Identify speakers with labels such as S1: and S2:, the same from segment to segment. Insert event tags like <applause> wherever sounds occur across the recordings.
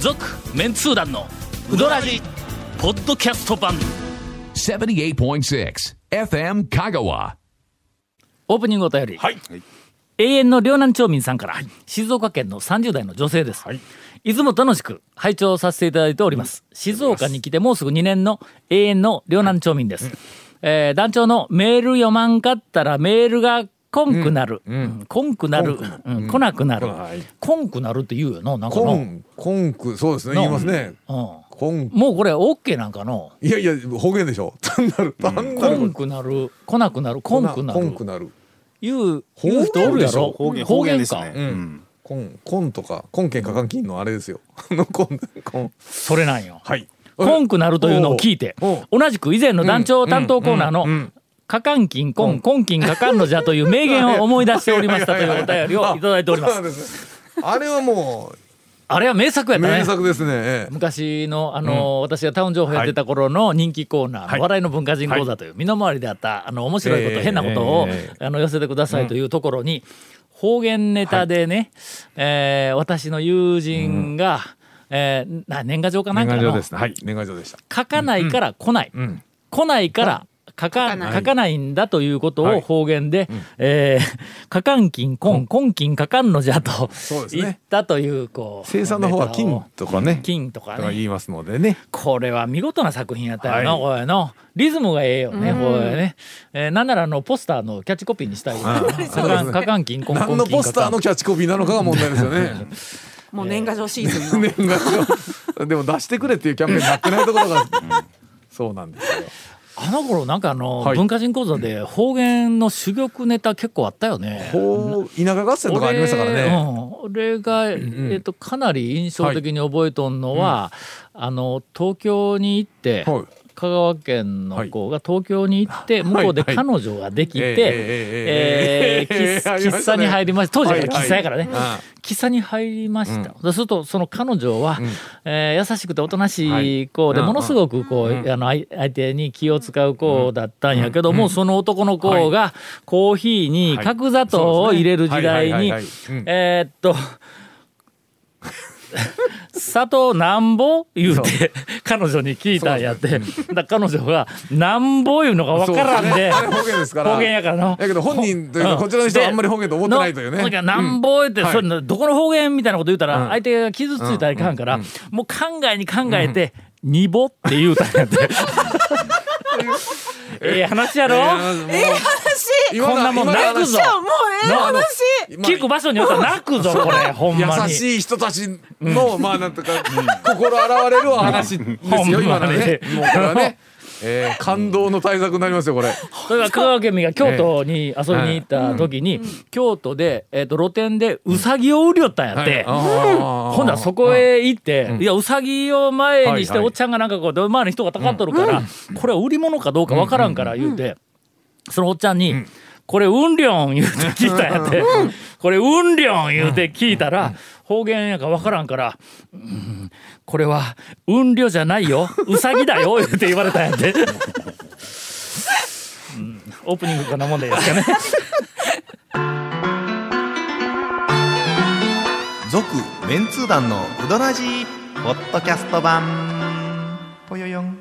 S1: 続メンツー団のウドラジポッドキャスト版
S2: 78.6 FM Kagawa.
S1: オープニングお便り、
S3: はい。
S1: 永遠の両南町民さんから、静岡県の30代の女性です、い、つも楽しく拝聴させていただいております静岡に来てもうすぐ2年の永遠の両南町民です、えー団長のメール読まんかったらメールがこんくなる、うんこんくなる、うん、来なくなる、
S3: はい
S1: こんくなるって言うよななんか
S4: コ
S1: の
S4: ン、コンク、そうですね、
S1: の
S4: 言いますね。
S1: うん
S4: コン、
S1: もうこれ OK なんかの
S4: いやいや、方言でしょ。単なる、単な
S1: こ
S4: る。
S1: んくなる来なくなるこんくな
S4: コ
S1: る
S4: ンクなる。
S1: 言う言う人おるやろ
S3: 方言方言ですね。
S1: か
S3: うん。
S4: コン、コンとか、コンケンかかんきんのあれですよ。あのコン、コン。
S1: それなんよ
S4: はい。
S1: コンクなるというのを聞いて
S4: おう
S1: 同じく以前の団長担当コーナーの「かかんきんこんこんきんかかんのじゃ」という名言を思い出しておりましたというお便りをいただいておりま
S4: <laughs> そ
S1: す
S4: うなんですねあれはも
S1: あれは名作や
S4: う、
S1: った
S4: 名
S1: ね
S4: 作ですね。ええ
S1: 昔のあの、私がタウン情報やってた頃の人気コーナー、
S4: い
S1: 笑いの文化人講座という、身の回りであったあの面白いこと、
S4: ええ
S1: 変なことを、
S4: え
S1: あの寄せてくださいというところに、方言ネタでね、えー私の友人が、えーな年賀状かなんかの書
S4: はい、年賀状でした。
S1: かないから来ない、来ないから書か書かないんだということを方言で、えー <laughs> かかんきんこんこんきんかかんのじゃと
S4: そうですね
S1: 言ったというこう
S4: 生産の方は金とかね。
S1: 金とか
S4: とか
S1: ね
S4: 言いますのでね。
S1: これは見事な作品やったよな、
S4: はい
S1: これのリズムがええよね、これね、えーなんならあのポスターのキャッチコピーにしたいよ <laughs> なかかんかかんきんこんこ
S4: 何
S1: ん
S4: の
S1: きん
S4: ポ
S1: か
S4: スタ
S1: か
S4: ー
S1: ん
S4: のキャッチコピーなのかが問題ですよね。
S5: もう年賀状シーズンの
S4: 年賀 <laughs> 状。でも出してくれっていうキャンペーンになってないところが。そうなんですよ。
S1: あの頃なんかあの、
S4: はい
S1: 文化人講座で方言の珠玉ネタ結構あったよね。
S4: こう、田舎合戦とかありましたからね。
S1: 俺,、うん、俺が、えっとかなり印象的に覚えとんのは、あの東京に行って、
S4: はい
S1: 香川県の子が東京に行って、向こうで
S4: はい
S1: 彼女ができて、
S4: え
S1: え
S4: えええええ
S1: ー
S4: え <laughs> えあり
S1: 喫喫
S4: まし
S1: 茶
S4: たね
S1: に入りました当時は
S4: はいはい
S1: 喫茶やからね、
S4: あ
S1: 喫茶に入りました、そうするとその彼女は、えー優しくておとなしい子で、
S4: はい
S1: ものすごくこう、あの相相手に気を使う子だったんやけども、その男の子がコーヒーに角砂糖を入れる時代
S4: はい
S1: に
S4: はいはいはいはいうん
S1: えーっと砂糖なんぼ言うて彼女に聞いたんやって、だから彼女が「なんぼ」言うのが分からんで
S4: そう <laughs> ですねあれ方言ですから
S1: 方言やからの
S4: だけど本人というかこちらの人はあんまり方言と思ってないというね
S1: のんかなんぼ言って、
S4: はい
S1: それどこの方言みたいなこと言うたら、
S4: ん
S1: 相手が傷ついたらいかんから、もう考えに考えて、にぼって言うたんやって。 <laughs> ええ話やろ、
S4: ええ話
S1: こんなもん泣くぞ
S5: もうええ
S1: なあの
S5: 話
S1: 聞く場所によっては泣くぞ、これ、ほんま
S4: 優
S1: に。
S4: しい人たちの、まあなんとか、心現れるお話ですよ、
S1: ほんま
S4: 今
S1: に
S4: のね。もうこれはね、えー感動の対策になりますよ、これ。
S1: それが香川県民が京都に遊びに行った時に、京都で、えっと露店でうさぎを売りよったんやって。ほ
S4: ほ
S1: んならそこへ行って、いや、うさぎを前にして、
S4: はいはい
S1: おっちゃんがなんかこう、出前に人がたかっとるから、これは売り物かどうかわからんから言うて、そのおっちゃんに、これ、うんりょん言うて聞いたんやって、これ、うんりょん言うて聞いたら、方言やかわからんから、うんこれは、うんりょじゃないよ、うさぎだ <laughs> よ、言うて言われたんやって。うんオープニングこんなもんでいいですか <laughs> ね。
S6: 続メンツー団のウドラジーポッドキャスト版ぽよよん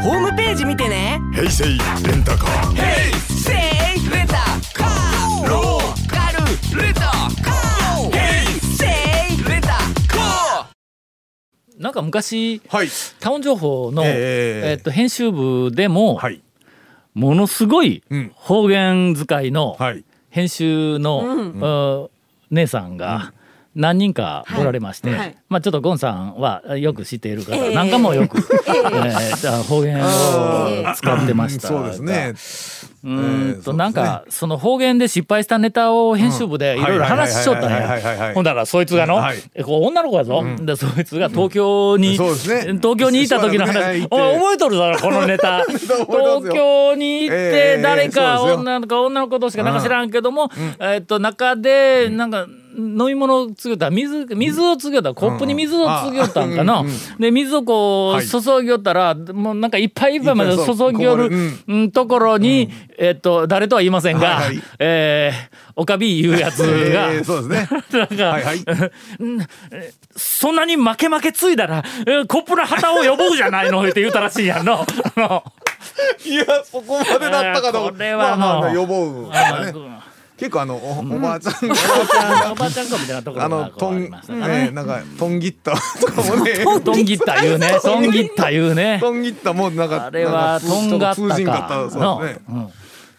S5: ホームページ見てね
S1: なんか昔、
S4: はい。
S1: タウン情報の、え
S4: ええ
S1: っと編集部でも、
S4: はい。
S1: ものすごい
S4: うん
S1: 方言使いの
S4: はい。
S1: 編集の、うん姉さんが何人かおられまして、
S5: はいはい
S1: まあ、ちょっとゴンさんはよく知っている方、
S5: ええ
S1: なんかもよく、えー方言を使ってました
S4: そうですね。
S1: うーんと
S4: えー
S1: なんかその方言で失敗したネタを編集部でいろいろ話しちょったん
S4: はいはいはいはいはいは
S1: や
S4: い
S1: ほんだらそいつがの、
S4: はい
S1: えこう女の子やぞ、でそいつが東京に、
S4: そうですね
S1: 東京にいた時の
S4: しばらく
S1: 話、
S4: ね行って
S1: お前覚えとるぞこのネタ
S4: <laughs> 覚えとんすよ
S1: 東京に行っ
S4: え
S1: て
S4: え
S1: 誰か
S4: そうですよ
S1: 女の子女の子同士かなんか知らんけども、えっと中でなんか飲み物つぎょったら水水をつぎょったらコップに水をつぎょったんかな、で水をこ
S4: は
S1: う
S4: い
S1: 注ぎょったら、もうなんかいっぱいいっぱいまで
S4: いっぱい
S1: 注
S4: そう
S1: ぎょる
S4: こぼれうん
S1: うんところに、えっと誰とは言いませんが、
S4: はいはい
S1: えーおかびいうやつが。
S4: えーそうですね。
S1: なんか、
S4: はいはい。
S1: そんなに負け負けついだら、えーコップの旗を呼ぼうじゃないのって言うたらしいやんの。あの
S4: いや、そこまでだったかと思っ
S1: こ
S4: て。
S1: れはもう
S4: まあまあ予防がね。結構あの、おおばあちゃんが、おばあちゃんが
S1: おばあちゃん子みたいなとこ
S4: あ
S1: ろ
S4: の、
S1: がことうんあ
S4: ね
S1: りましたからね。
S4: なんかとんぎったとかもね、
S1: トンギッタ言う
S4: <laughs>
S1: ね。トンギッタ言うね。
S4: とんぎったもなんか
S1: あれは
S4: なんか
S1: とんがっ
S4: 通
S1: た
S4: じんか
S1: か
S4: っ。た
S1: の
S4: そうですね。
S1: うん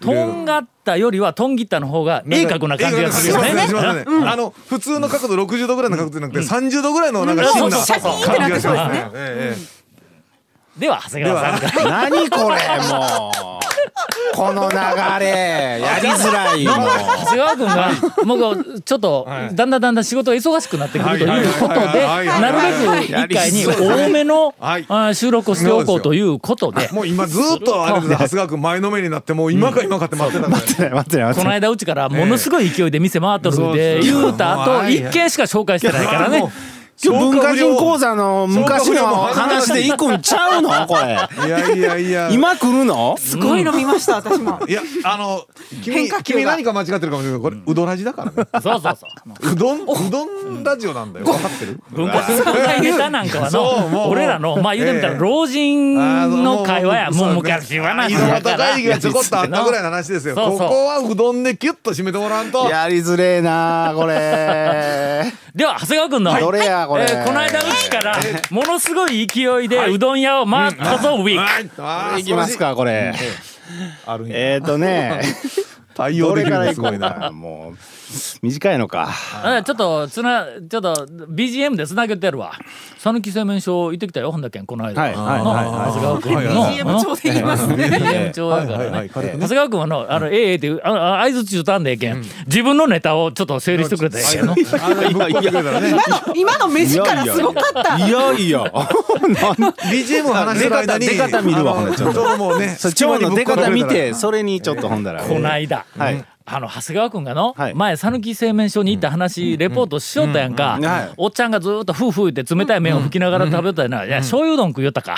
S1: とんがったよりはとんぎったの方が鋭角な感じがするよね
S4: 鋭。角な感じがしますねあの普通の角度60度ぐらいの角度じゃなくて30度ぐらいのなんか
S1: う
S4: 芯
S1: ん
S4: な
S1: そうそうそうそう
S4: 感じがします
S5: シャキーンってなってそうです
S4: ね
S5: ね。
S4: ええ
S1: では、長谷川さんから。
S3: 何これもうこの流れやりづらいも
S1: 長谷川君が、もうちょっと、だんだんだんだん仕事が忙しくなってくるということで、
S4: はいはいはい
S1: なるべく一回に多めの
S4: はい
S1: あ収録をしておこうということで、
S4: もう今ずっとあれです長谷川君前のめりになってもう今か今かって待ってたから
S3: う待ってない待
S1: こ
S3: って
S1: の
S3: ない
S1: 間うちからものすごい勢いで店回っとるんで
S4: そうそう
S1: 言うた
S4: もう
S1: 後
S4: はい
S1: 一件しか紹介してないからね
S4: もう
S3: 今日文化人講座の昔の話で行くんちゃうのこれ
S4: いやいやいや
S3: 今来るの
S5: すごいの見ました私も
S4: いやあの君
S5: 変化球が
S4: 君何か間違ってるかもしれないけどこれうどらじだからね
S1: そうそうそう
S4: うどんうどんラジオなんだよ分かってる
S1: 文化人の会ネタなんかは
S4: そうも
S1: の
S4: う
S1: 俺らのまあ言うてみたら
S4: ええ
S1: 老人の会話やもう昔話
S4: 井
S1: だ
S4: 戸
S1: か
S4: 端
S1: ら
S4: 会議がちょこっとあったぐらいの話ですよ
S1: そうそう
S4: ここはうどんでキュッと締めてもらわんと
S3: やりづれえなこれ
S1: <laughs> では長谷川君の
S3: どれやこれ
S1: えーこの間うちからものすごい勢いでうどん屋を回ったぞウィーク
S4: あー
S3: いきますかこれ
S4: あるんや
S3: えっとね
S4: 対応
S3: ど
S4: で
S3: れ
S4: き
S3: か
S4: るの
S3: ら行
S4: す
S3: こ
S4: ご
S3: う
S4: いな
S3: なもう短いのか
S1: うんちょっとつなちょっと BGM でつなげてやるわ讃岐製麺所行ってきたよ本田君この間
S3: はいはい
S1: の
S3: はい
S1: 長谷川君
S4: はい
S1: の
S4: は
S5: CM ちょうで言いますね
S1: BGM 調だからね、
S4: 軽く
S1: 長谷川君はの、あの、ええええっていう、あ、あ、合図中たんでええけん、自分のネタをちょっと整理してくれたらええやんの。
S4: あのぶっ込んでくれたら
S3: <laughs>
S4: ね
S5: 今の今の目力すごかった
S3: いやい <laughs> やなん
S4: BGM を話してる間に
S3: 出方出方見るわ
S4: あ
S3: ほん
S4: の
S3: で
S4: ちょう
S3: ちょっと
S4: どもうね
S3: そっちもの出方見て
S4: 隙
S3: それにちょっとほんだら
S1: こないだ、
S3: はい
S1: あの長谷川君がの、
S3: はい
S1: 前讃岐製麺所に行った話、レポートしよったやんか、
S3: うんうんはい
S1: おっちゃんがずーっとふうふう言って冷たい麺を吹きながら食べたやな、いや醤油うどん食いよったか、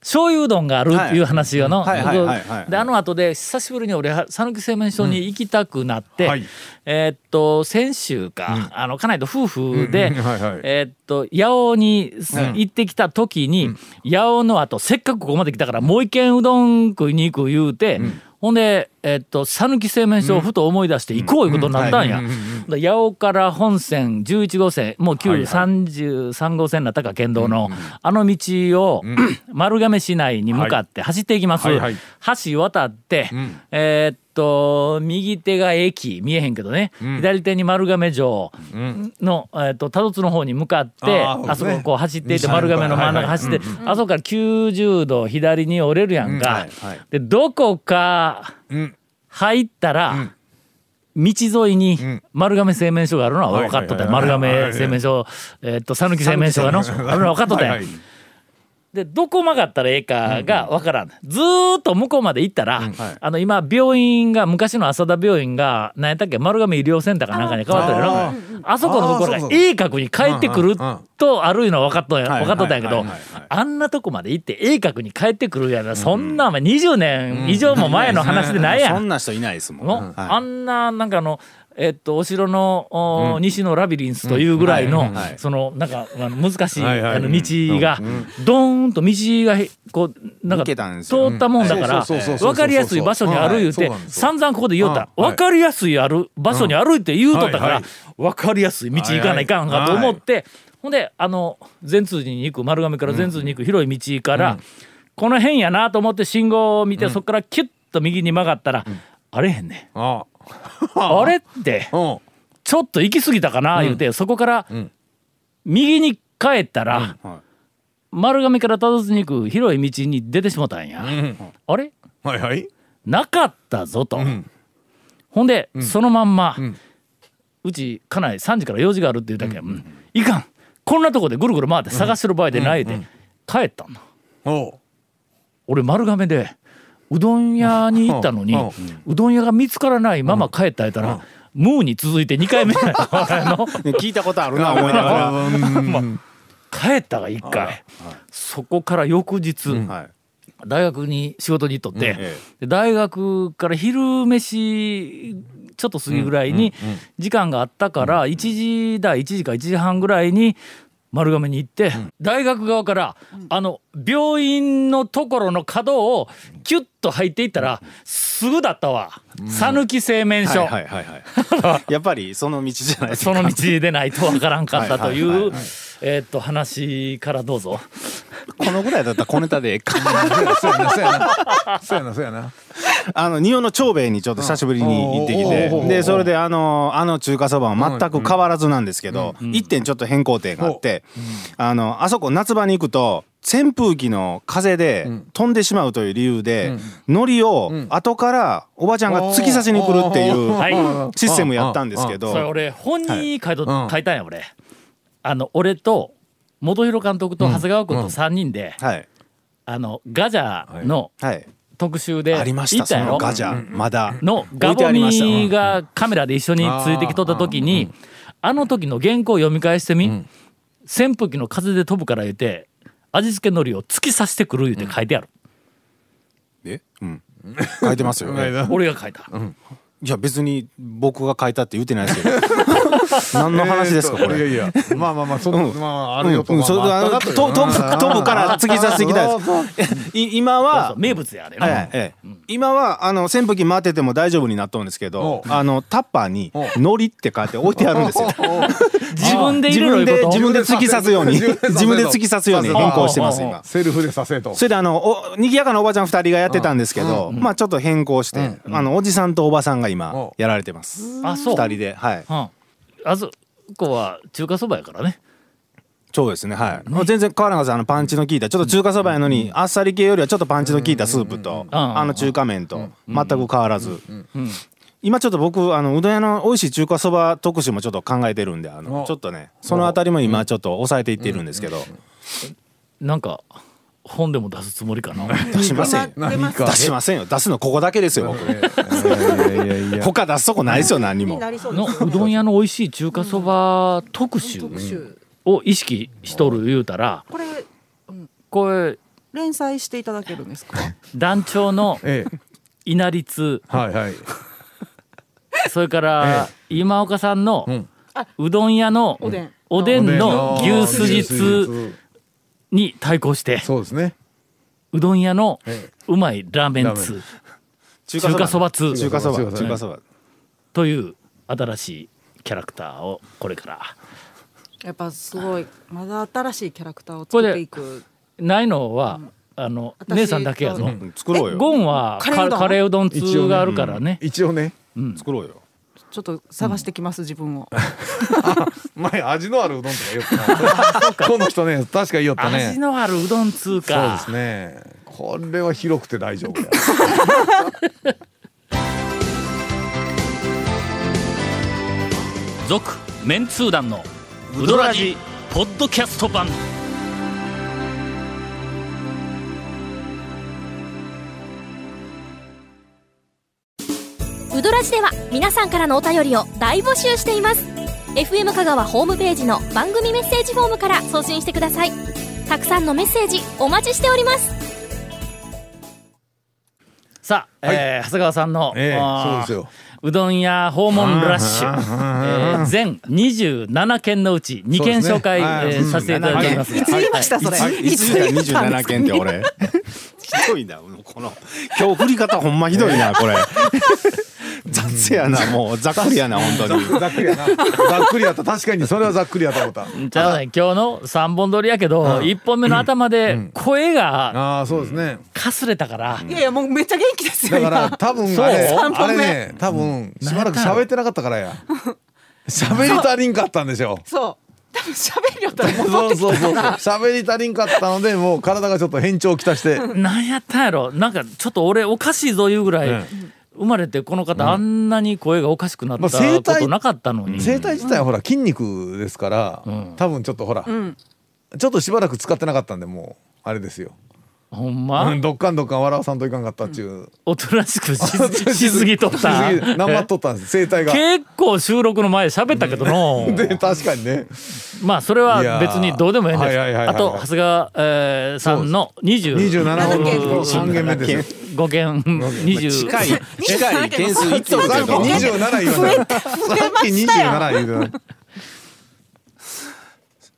S1: 醤油うどんがあるっていう話よの、
S3: はいはいはいはい
S1: であの後で久しぶりに俺は讃岐製麺所に行きたくなって、
S4: うんはい
S1: えーっと先週か、あの家内と夫婦で、
S4: うんうんはいはい
S1: えーっと八尾に行ってきた時に、八尾の後せっかくここまで来たからもう一軒うどん食いに行く言うて、ほんでえーっと讃岐製麺所をふと思い出して行こういうことになったんや。だから八尾から本線11号線もう9 33号線になったか県道の、あの道を、 <clears throat> 丸亀市内に向かって走っていきます。
S4: はいはい
S1: 橋渡って、えーっと右手が駅見えへんけどね、左手に丸亀城の、えーっと多度津の方に向かって
S4: あ
S1: あ
S4: ー
S1: そ
S4: そう
S1: こ
S4: ですね
S1: をこう走っていって丸亀の真ん中走って、あそこから90度左に折れるやんか、
S3: うんはいはい
S1: でどこか
S4: ん
S1: 入ったら、道沿いに丸亀製麺所があるのは分かっとったよ
S4: は
S1: 丸
S4: いはいはい
S1: 亀製麺所えーっと讃岐製麺所がのあるのは分かっとったよ
S4: はいはい
S1: でどこ曲がったらええかがわからん、ずーっと向こうまで行ったら、あの今病院が昔の浅田病院が何やったっけ丸亀医療センターかなんかに変わったやろあそこのところ
S4: あ
S1: が
S4: ーそうそう
S1: 鋭角に帰ってくるとあるいうのは分かっとんや
S3: はい
S1: 分かっとったんやけど
S3: はいはいはいはい
S1: あんなとこまで行って鋭角に帰ってくるやなそんなお前20年以上も前の話でないやん
S3: そんな人いないですもん
S1: の、
S3: はい
S1: あんななんかあのえっとお城の、お西のラビリンスというぐらいの、
S3: うんはい
S1: そのなんかあの難しい、
S4: はいはい
S1: あの道が、ドーンと道がへこうなんか
S3: 抜けたんです
S1: 通
S3: よ
S1: ったもんだから
S4: そうそうそうそうそう
S1: 分かりやすい場所にある言うて、
S4: はいそうなんですよ
S1: 散々ここで言おうた、
S4: うんはい
S1: 分かりやすいある場所にあるって言うとったから、
S4: うんはい
S1: 分かりやすい道行かないかんかと思って、ほんであの善通寺に行く丸亀から善通寺に行く広い道から、この辺やなと思って信号を見て、そこからキュッと右に曲がったら、あれへんねん。
S4: あ
S1: あれって
S4: あうん
S1: ちょっと行き過ぎたかな言うて、そこから
S4: ん
S1: 右に帰ったら、
S3: はい
S1: 丸亀からたどずに行く広い道に出てしもたんや、
S4: ん
S1: あれ
S4: はいはい
S1: なかったぞと、
S4: ん
S1: ほんで、そのまんま、うんち家内3時から4時があるって言うだけ、うんいかんこんなとこでぐるぐる回って探してる場合でないで、帰ったんだ
S4: おう
S1: 俺丸亀でうどん屋に行ったのに、
S4: うんうん
S1: うどん屋が見つからないまま帰ったやったら、ムーに続いて2回目 <laughs> だよ俺の
S3: ね聞いたことあるな思いながら。
S1: 帰ったが1回そこから翌日、
S3: はい。
S1: 大学に仕事に行っとって、
S3: え
S1: で大学から昼飯ちょっと過ぎぐらいに時間があったから1時だ1時か1時半ぐらいに丸亀に行って大学側からあの病院のところの角をキュッと入っていったらすぐだったわ讃岐製麺所。
S3: はいはいはいはい。やっぱりその道じゃないです
S1: そ
S3: か。
S1: の道でないとわからんかったとい
S3: はいはいは
S1: う
S3: いはい
S1: えーっと話からどうぞ。
S3: <laughs> このぐらいだったら小ネタでええか。
S4: そうやなそうやなそうやなそうやな
S3: あの日本の長兵衛にちょっと久しぶりに行ってき
S4: うん
S3: てでそれであのあの中華そばは全く変わらずなんですけど一点ちょっと変更点があってあのあそこ夏場に行くと扇風機の風で飛んでしまうという理由で海苔を後からおばちゃんが突き刺しに来るっていう
S1: はい
S3: システムやったんです
S1: それ
S3: けど
S1: 俺本に書いと、
S4: はいうん
S1: 書いたんや俺あの俺と元弘監督と長谷川君と3人で、
S3: はい
S1: あのガジャの
S3: はい
S1: 特集で
S3: ありましたそ
S1: んや
S3: の
S1: ろ
S3: ガジャまだ
S1: のガ
S3: 置いて
S1: ボ
S3: ありました
S1: ミがカメラで一緒についてきとった時にあの時の原稿を読み返してみ、扇風機の風で飛ぶから言うて味付け海苔を突き刺してくる言うて書いてある、
S3: えうん書い
S4: <laughs>
S3: てますよね
S1: 俺が書いた、
S3: いや別に僕が書いたって言ってないですけど何の話ですかこ
S4: いや
S3: れ。
S4: いやまあまあまあそこ
S3: うん
S4: まああるよと
S3: うん
S4: まあ
S3: それ
S4: まああ
S3: あ
S4: った
S3: の
S4: かと
S3: トッ
S4: よ
S3: プトップから突き刺していきたいです。い今は
S1: そう名物やあれな、
S3: はいはいええ今はあの扇風機回ってても大丈夫になっとるんですけど
S4: お
S3: あのタッパーに「のり」って書いて置いてあるんですよ。
S1: 自分でい
S3: 自
S1: ろ
S3: 分
S1: いろ
S3: で
S1: こと
S3: 自分で突き刺すように
S4: 自分で刺せと
S3: <laughs> 自分で突き刺すように変更してます今。
S4: セルフでさせと
S3: それであのお賑やかなおばちゃん2人がやってたんですけど、まあちょっと変更して、あのおじさんとおばさんが今
S4: お
S3: やられてます
S1: あそう
S3: 2人ではい
S1: うん、あそこは中華そばやからね
S3: そうですねはい、全然変わらなかったあのパンチの効いたちょっと中華そばやのに、あっさり系よりはちょっとパンチの効いたスープと、
S1: ん
S3: あの中華麺と全く変わらず、今ちょっと僕あのうどん屋の美味しい中華そば特集もちょっと考えてるんであの
S4: お
S3: ちょっとねそのあたりも今ちょっと抑えていってるんですけど、
S1: なんか本でも出すつもりか <laughs> な
S3: 出しませんよ
S5: 出
S4: 何
S5: ます
S4: か
S3: 出しませんよ出すのここだけですよ僕
S4: いやいやいや
S3: 他出すとこないですよ何に
S5: に
S3: も
S5: なりそうで
S1: の
S5: す
S1: うどん屋の美味しい中華そば特集
S5: 特集
S1: を意識しとる言うたら
S5: これ
S1: これ
S5: 連載していただけるんですか
S1: 団長の
S4: ええ
S1: 稲荷通
S4: はいはい
S1: それから今岡さんの
S4: ん
S1: うどん屋の
S5: おでん
S1: おでんの牛すじ通に対抗して
S4: そうですね
S1: うどん屋の
S4: え
S1: うまいラーメン通
S3: 中
S1: 中華そば通
S3: 中華そ
S4: 中華そ
S3: ば
S4: ば
S3: 中華そば
S1: という新しいキャラクターをこれから
S5: やっぱすごいまだ新しいキャラクターを作っていく
S1: ないのはあの
S5: 私
S1: 姉さんだけやぞ
S3: うん作ろうよ
S1: ゴンは
S5: カレーうど
S1: カ
S5: ん
S1: カレーうどん通があるからね
S4: 一応ね
S3: 作ろうよ
S5: ちょっと探してきます、自分を
S4: <laughs> 前味のあるうどんとかよく <laughs> なこの人ね確か言いよったね
S1: 味のあるうどん通
S4: そう
S1: か
S4: ですねこれは広くて大丈夫や
S1: 続メンツー団のウドラジポッドキャスト版
S7: ウドラジでは皆さんからのお便りを大募集しています FM 香川ホームページの番組メッセージフォームから送信してくださいたくさんのメッセージお待ちしております
S1: さあ、えー長谷川さんの、
S4: ええ
S1: <laughs> あー
S4: そうです
S1: うどん屋訪問ラッシュ、えー全27件のうち2件紹介、
S4: そうで
S1: え
S4: すね
S1: ーさせていただいておりますが
S5: いつ言いましたそれ、
S3: はい、1時間27件って俺ひどいなこの今日振り方ほんまひどいなこれ雑やなもうざっくりやな本当に
S4: ざっくりやなざっくりやった確かにそれはざっくりやっ
S1: <laughs>
S4: たこと
S1: じゃあね今日の3本撮りやけど、一1本目の頭で声が
S4: ああそうですね
S1: かすれたから、
S5: いやいやもうめっちゃ元気ですよ
S4: だから
S5: 今
S4: 多分
S1: そう
S4: あれ
S1: 三
S4: あ
S5: 本
S4: れ
S5: 目
S4: ね多分しばらく喋ってなかったか
S1: <laughs>
S4: らや喋り足りんかったんでしょう
S5: そう多分喋りよったら戻っ
S4: そう
S5: てき
S1: <laughs>
S4: そうそう喋り足りんかったのでもう体がちょっと変調きたして
S1: なんやったんやろなんかちょっと俺おかしいぞいうぐらい、
S4: うん
S1: 生まれてこの方あんなに声がおかしくなった
S4: まあ
S1: こ
S4: 声帯
S1: となかったのに、
S4: 声帯自体はほら筋肉ですから多分ちょっとほら
S5: ん
S4: ちょっとしばらく使ってなかったんでもうあれですよ
S1: ほんま、
S4: うんどっかんどっかん笑わさんといかんかったっちゅう
S1: おとなしくし
S4: <laughs>
S1: しすぎとっ
S4: したすぎ生っとったんです声帯が
S1: 結構収録の前喋ったけどの
S4: で確かにね
S1: まあそれは別にどうでもええんです、
S4: いやーはいはいはいはい
S1: あと長谷川、えーさんの20
S4: 27号三件目ですよ
S1: 5件20
S3: 近い近い点数いってるけ
S4: さっき
S3: ど
S4: 27言わなかったさっき27言うて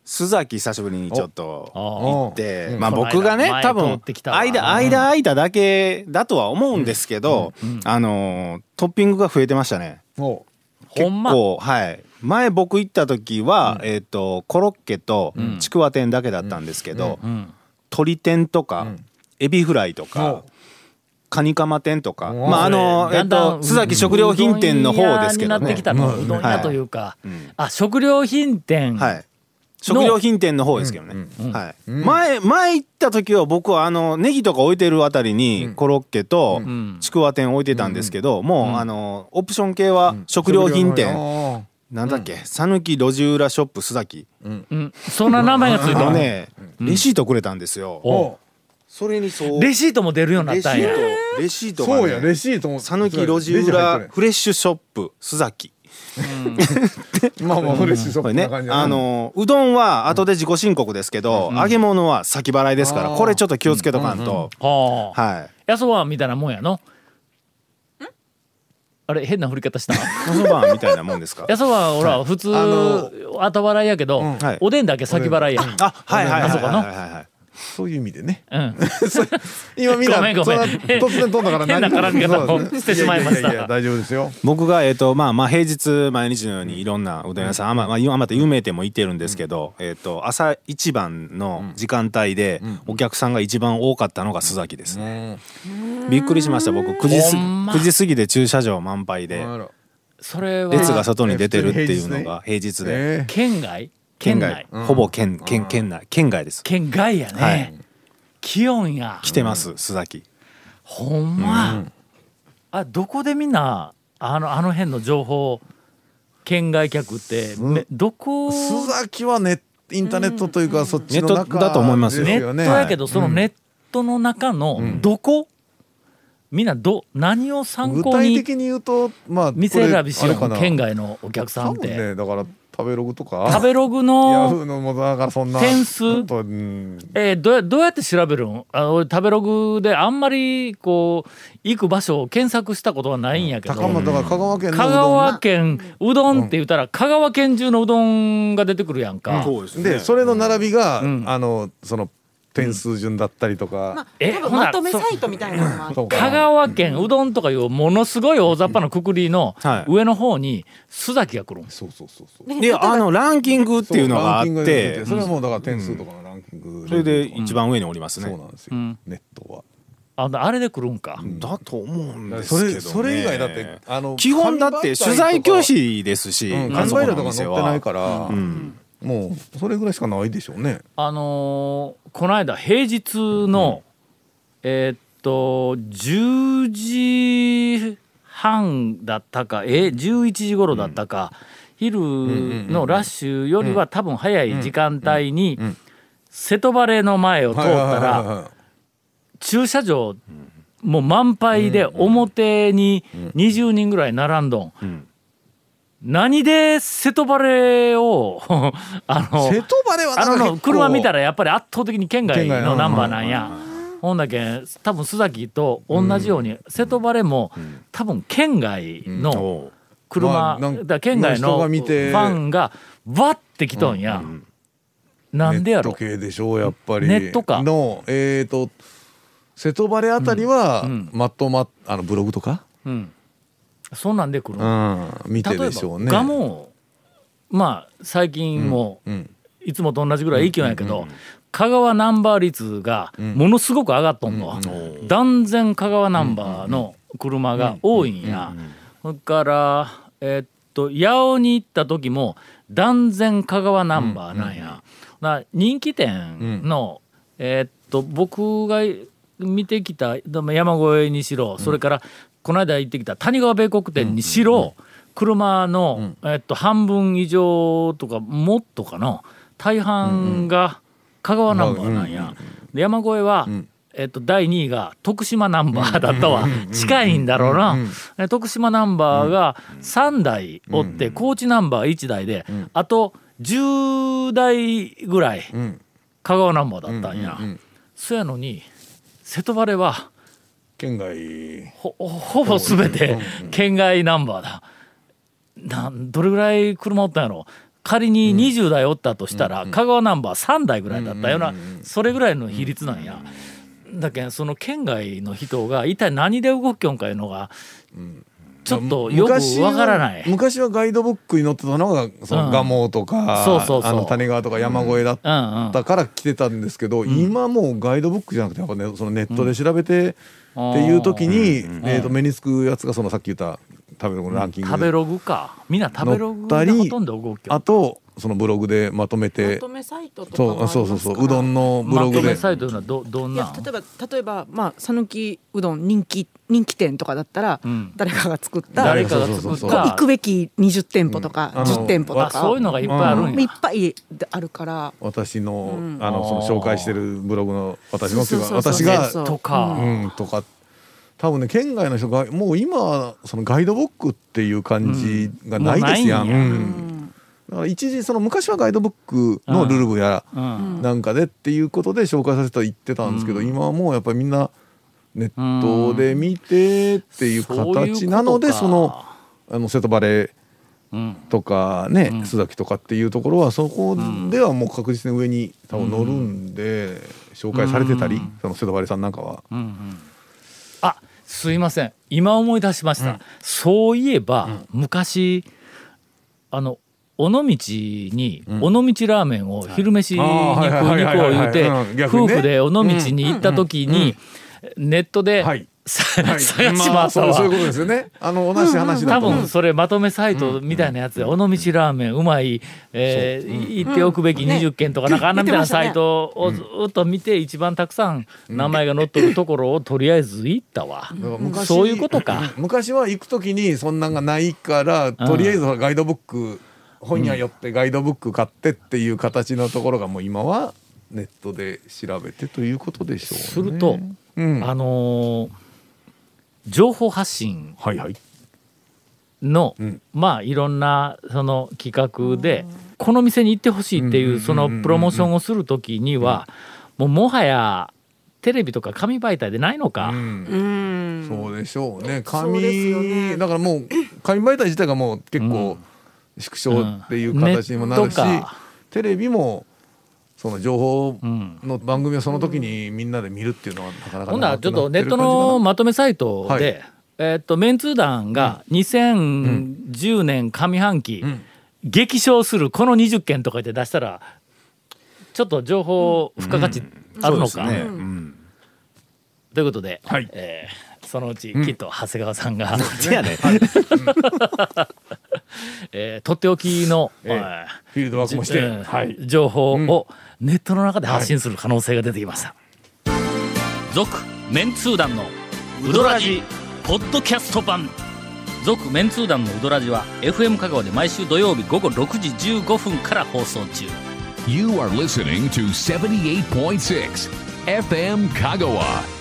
S3: 須崎久しぶりにちょっと
S1: ああ
S4: お
S3: 行って、
S4: うん
S3: まあ
S1: この間
S3: 僕がね
S1: 前
S3: 多
S1: 通っ
S3: 分
S1: てきたわ
S3: 間間間だけだとは思うんですけど、あのートッピングが増えてましたね
S4: も
S1: ほんま
S3: 結構はい前僕行った時は、えっ、とコロッケとちくわ天だけだったんですけど、
S1: ん
S3: 鶏天とか、エビフライとか
S4: お。
S3: カニカマ店とか、
S4: お
S3: まああの
S1: だ
S3: ーえっ
S1: んだん
S3: と須崎食料品店の方ですけど
S1: うどん屋になって
S3: ね
S1: き、たのうどん屋というか、
S3: ん
S1: あ食料品店、
S3: はい。食料品店の方ですけどね。はい。前前行った時は僕はあのネギとか置いてるあたりにコロッケと
S1: ん
S3: ちくわ店置いてたんですけど、もうあのオプション系は食料品店
S4: お
S3: なんだっけ讃岐路地裏ショップ須崎
S1: うん、そんな名前がついた
S3: の
S1: の
S3: ねレシートくれたんですよ。
S1: お
S3: それにそう
S1: レシートも出るようにな
S3: レ
S1: っ
S3: シ
S1: たんや
S3: ートレシート
S4: そうや
S3: が
S4: レ
S3: ね。
S4: シートも
S3: 讃岐路地裏フレッシュショップ須崎
S4: まあまあフレッシュショッ
S3: こ
S4: プ
S3: れ
S4: な
S3: ね
S4: 感じやな
S3: あのうどんは後で自己申告ですけど揚げ物は先払いですから
S4: あー
S3: これちょっと気をつけとかんと
S1: はあ
S3: はい。
S1: やそばみたいなもんやのあれ変な <laughs> 振り方した
S3: マソバーみたいなもんで
S1: <laughs>
S3: すか
S1: やそばほら普通
S4: あの
S1: 後払いやけど、
S3: はい
S1: おでんだけ先払いや
S3: あ、はいはいはいはい
S1: あそうかな
S3: はいはい。
S4: そういう意味でね <laughs>
S1: うん
S4: 今みんな
S1: ごめんごめん
S4: そ突然飛んだから
S1: 変な絡み方を
S4: そうですね
S1: してしまいました
S4: やややや大丈夫ですよ
S3: 僕がえっとまあまあ平日毎日のようにいろんなうどん屋さん、あままああまた有名店も行ってるんですけど、えっと朝一番の時間帯でお客さんが一番多かったのが須崎ですね。びっくりしました僕9時過ぎ
S1: ほんま
S3: 9時過ぎで駐車場満杯で
S4: あら
S1: それ
S3: 列が
S1: は
S3: 外に出てるっていうのが平日で
S4: え
S1: 県外県
S3: 県外
S1: 内
S3: ほぼ県県県内県外です。
S1: 県外やね、
S3: はい
S1: 気温や
S3: 来てます須崎。
S1: ほんま、あどこでみんなあのあの辺の情報県外客って、めどこ
S4: え須崎はネットインターネットというかそっちの
S3: ネッ
S4: 中
S3: トだと思いますよ
S1: ネットやけど、
S4: はい
S1: そのネットの中のどこ、みんなど何を参
S4: 具
S1: 考
S4: 体
S1: に
S4: 的に言うとまあ
S1: 店選びしよう
S4: これあれかな
S1: 県外のお客さんっ
S4: 多分
S1: て、
S4: ねだから食べログとか
S1: 食べログ
S4: ヤフー
S1: の、
S4: のもだからそんな
S1: 点数
S4: ちょっとうん
S1: えーどうやどうやって調べるんあ俺食べログであんまりこう行く場所を検索したことはないんやけど、
S4: 高松だから香川県のうどん
S1: 香川県うどんって言ったら香川県中のうどんが出てくるやんか、
S4: でそれの並びが、
S1: ん
S4: あのその点数順だったりとか、
S5: まあ、
S1: え
S5: 多
S1: ほ
S5: 分
S1: な
S5: まとめサイトみたいなのもあって
S4: そう
S1: 香川県うどんとかいうものすごい大雑把なくくりの
S3: はい
S1: 上の方に須崎が来るんです
S4: そうそうそうそう
S5: ね
S3: い
S5: 例え
S3: や
S5: ば
S3: あのランキングっていうのがあっ
S4: そうランキングで見
S3: て
S4: それはもうだから点数とかのランキング
S3: それで一番上におりますね。
S4: そうなんですよ、
S1: ん
S4: ネットは
S1: ああれで来るんか、
S3: だと思うんですけ
S4: そ
S3: ど、ね、
S4: れそれ以外だってあの
S3: 基本だって取材拒否ですし、
S4: うん
S3: あ
S4: 缶
S3: そこ
S4: バイル
S3: の
S4: とか載
S3: 店
S4: ってない
S3: は
S4: から、もうそれぐらいしかないでしょうね
S1: あのーこの間平日の、えーっと10時半だったかえ11時頃だったか、昼のラッシュよりは多分早い時間帯に瀬戸バレーの前を通った
S4: はいはい
S1: ら
S4: はいはい
S1: 駐車場もう満杯で表に20人ぐらい並んどん。何で瀬戸バレーを <laughs> あの
S4: 瀬戸バレは
S1: あ
S4: なんか
S1: の
S4: 結構
S1: 車見たらやっぱり圧倒的に県外
S4: 県外
S1: の
S4: の
S1: ナンバーなんや。ほんだけん多分須崎と同じように瀬戸バレも多分県外の
S4: ま
S1: 車
S4: あ
S1: だ
S4: なん
S1: から県外の
S4: 人
S1: フ
S4: が見て
S1: ァンがバッて来とんや。なんでやろ
S4: ネット系でしょうやっぱり
S1: ネットか
S4: のえっ、と瀬戸バレあたりは、
S1: ん
S4: まとまあのブログとか、
S1: うんそんなんで来る
S4: う
S1: の
S4: ん、見
S1: 例
S4: て
S1: えば
S4: でしょうね
S1: ガモまあ最近も
S4: うん
S1: いつもと同じぐらいいい気温やけど、香川ナンバー率がものすごく上がっとんの、断然香川ナンバーの車が多いんや、それからえっと八尾に行った時も断然香川ナンバーなんや、な人気店の、えっと僕が見てきたでも山越えにしろそれからこの間行ってきた谷川米国店にしろ、車の、えっと、半分以上とかもっとかな大半が香川ナンバーなんや、で山越えは、えっと、第2位が徳島ナンバーだったわ近いんだろうなえ徳島ナンバーが3台おって高知ナンバー1台であと10台ぐらい
S4: ん
S1: 香川ナンバーだったんや
S4: うんうんうん
S1: そやのに瀬戸晴れは
S4: 県外
S1: ほほぼ全て県外ナンバーだなんどれぐらい車おったんやろ仮に20台おったとしたら香川ナンバー3台ぐらいだったようなそれぐらいの比率なんやだけんその県外の人が一体何で動きょんかいうのがちょっとよくわからない
S4: 昔は昔はガイドブックに載ってたのがその
S1: うん
S4: 蒲生とか、
S1: そうそうそう
S4: あの谷川とか山越えだっ
S1: うんうん
S4: たから来てたんですけど、今もうガイドブックじゃなくてやっぱ、ね、そのネットで調べて、っていう時に、えー、と目につくやつがそのさっき言った食べログのランキング、
S1: 食べログかみんな食べログ
S4: 乗った
S1: で
S4: り
S1: ほとんど動きょ
S4: あ
S1: ん
S4: とそのブログでまとめ
S5: ま
S4: て
S5: とめサイトとかもあり
S4: そう
S5: ます
S4: そ
S5: から
S4: うそうそううどんのブ
S1: ま
S4: ロ
S1: と
S4: グ
S1: め
S4: で
S1: サイトいうのはどどん
S5: い
S1: な
S5: や例えば例えばまあ讃岐うどん人気人気店とかだったら、
S1: ん
S5: 誰かが作った
S1: 誰かが
S4: そうそう
S1: 作
S4: そ
S1: っ
S4: うそう
S1: た
S5: 行くべき20店舗とか、
S4: うんあの
S5: 10店舗と
S1: あ
S5: か
S1: そういうのがいっぱいあるん
S5: いっ
S1: や
S5: ぱいあるから
S4: 私の,、
S5: うん
S4: あのその紹介してるブログの私のっていうか
S5: そうそう
S4: 私
S5: そうそう
S4: が
S5: そう
S1: とか
S4: うん、とか多分ね県外の人がもう今そのガイドブックっていう感じがないですやん,、
S1: う
S4: うんん
S1: もうないんや
S4: だから一時その昔はガイドブックのルルブや
S1: うん
S5: ん
S4: なんかでっていうことで紹介させた言ってたんですけど、今はもうやっぱりみんなネットで見てっていう形なので、
S1: うん
S4: そのあの瀬戸バレ
S1: うん
S4: とかね、須崎とかっていうところはそこではもう確実に上に多分乗るんで、紹介されてたり、その瀬戸バレさんなんかは。
S1: うんうんあすいません今思い出しました、そういえば、昔あの尾道に尾道ラーメンを昼飯に
S4: あーはい
S1: 食いに行こう言うて
S4: はいはいはいはいうん逆に
S1: 夫
S4: ね
S1: 婦で尾道に行った時にネットで
S4: はい
S1: さ <laughs> 探し
S4: はいま
S1: ま
S4: あ、
S1: した
S4: そうそういうこ
S1: わ。
S4: とですよね。あの同じ話だ
S1: 多
S4: と思う
S1: 分それまとめサイトみたいなやつで「尾道ラーメンうまい、えー行っておくべき
S5: うんね
S1: 20件」とかなんかあんなみたいな
S5: 言ってま
S1: サ
S5: したね
S1: イトをずっと見て一番たくさん名前が載ってるところをとりあえず行ったわ。
S4: だから昔
S1: そういうことか。
S4: 昔は行く時にそんなんがないからとりあえずガイドブック本屋寄ってガイドブック買ってっていう形のところがもう今はネットで調べてということでしょうね。
S1: すると、
S4: うん、は
S1: あのー情報発信
S4: いはい。
S1: の、
S4: ん
S1: まあいろんなその企画で、この店に行ってほしいっていうそのプロモーションをするときには、もうもはやテレビとか紙媒体でないのか、
S4: うん、
S5: うん
S4: そうでしょうね。
S5: そうですよ
S4: 紙
S5: ね
S4: だからもう紙媒体自体がもう結構縮小っていう形にもなるし
S1: うんネットか、
S4: テレビもその情報
S1: ん
S4: の番組をその時にみんなで見るっていうのはなかなか
S1: ほんなら
S4: なく
S1: ちょっとネ
S4: な
S1: ット
S4: てる感じかな
S1: のまとめサイトで、
S4: はい
S1: えっとメンツー団が2010年上半期、激少するこの20件とかで出したらちょっと情報付加価値あるのか、
S3: そうですねうん
S1: ということで、
S4: はい
S1: えーそのうちきっと長谷川さんが、
S3: せやね
S1: <laughs> えーとっておきの、
S4: ええ
S1: えー
S4: フィールドワークもして、
S1: うん
S4: はい。
S1: 情報をネットの中で発信する可能性が出てきました続、メンツー団のウドラジポッドキャスト版続メンツー団のウドラジは FM 香川で毎週土曜日午後6時15分から放送中
S2: You are listening to 78.6 FM Kagawa.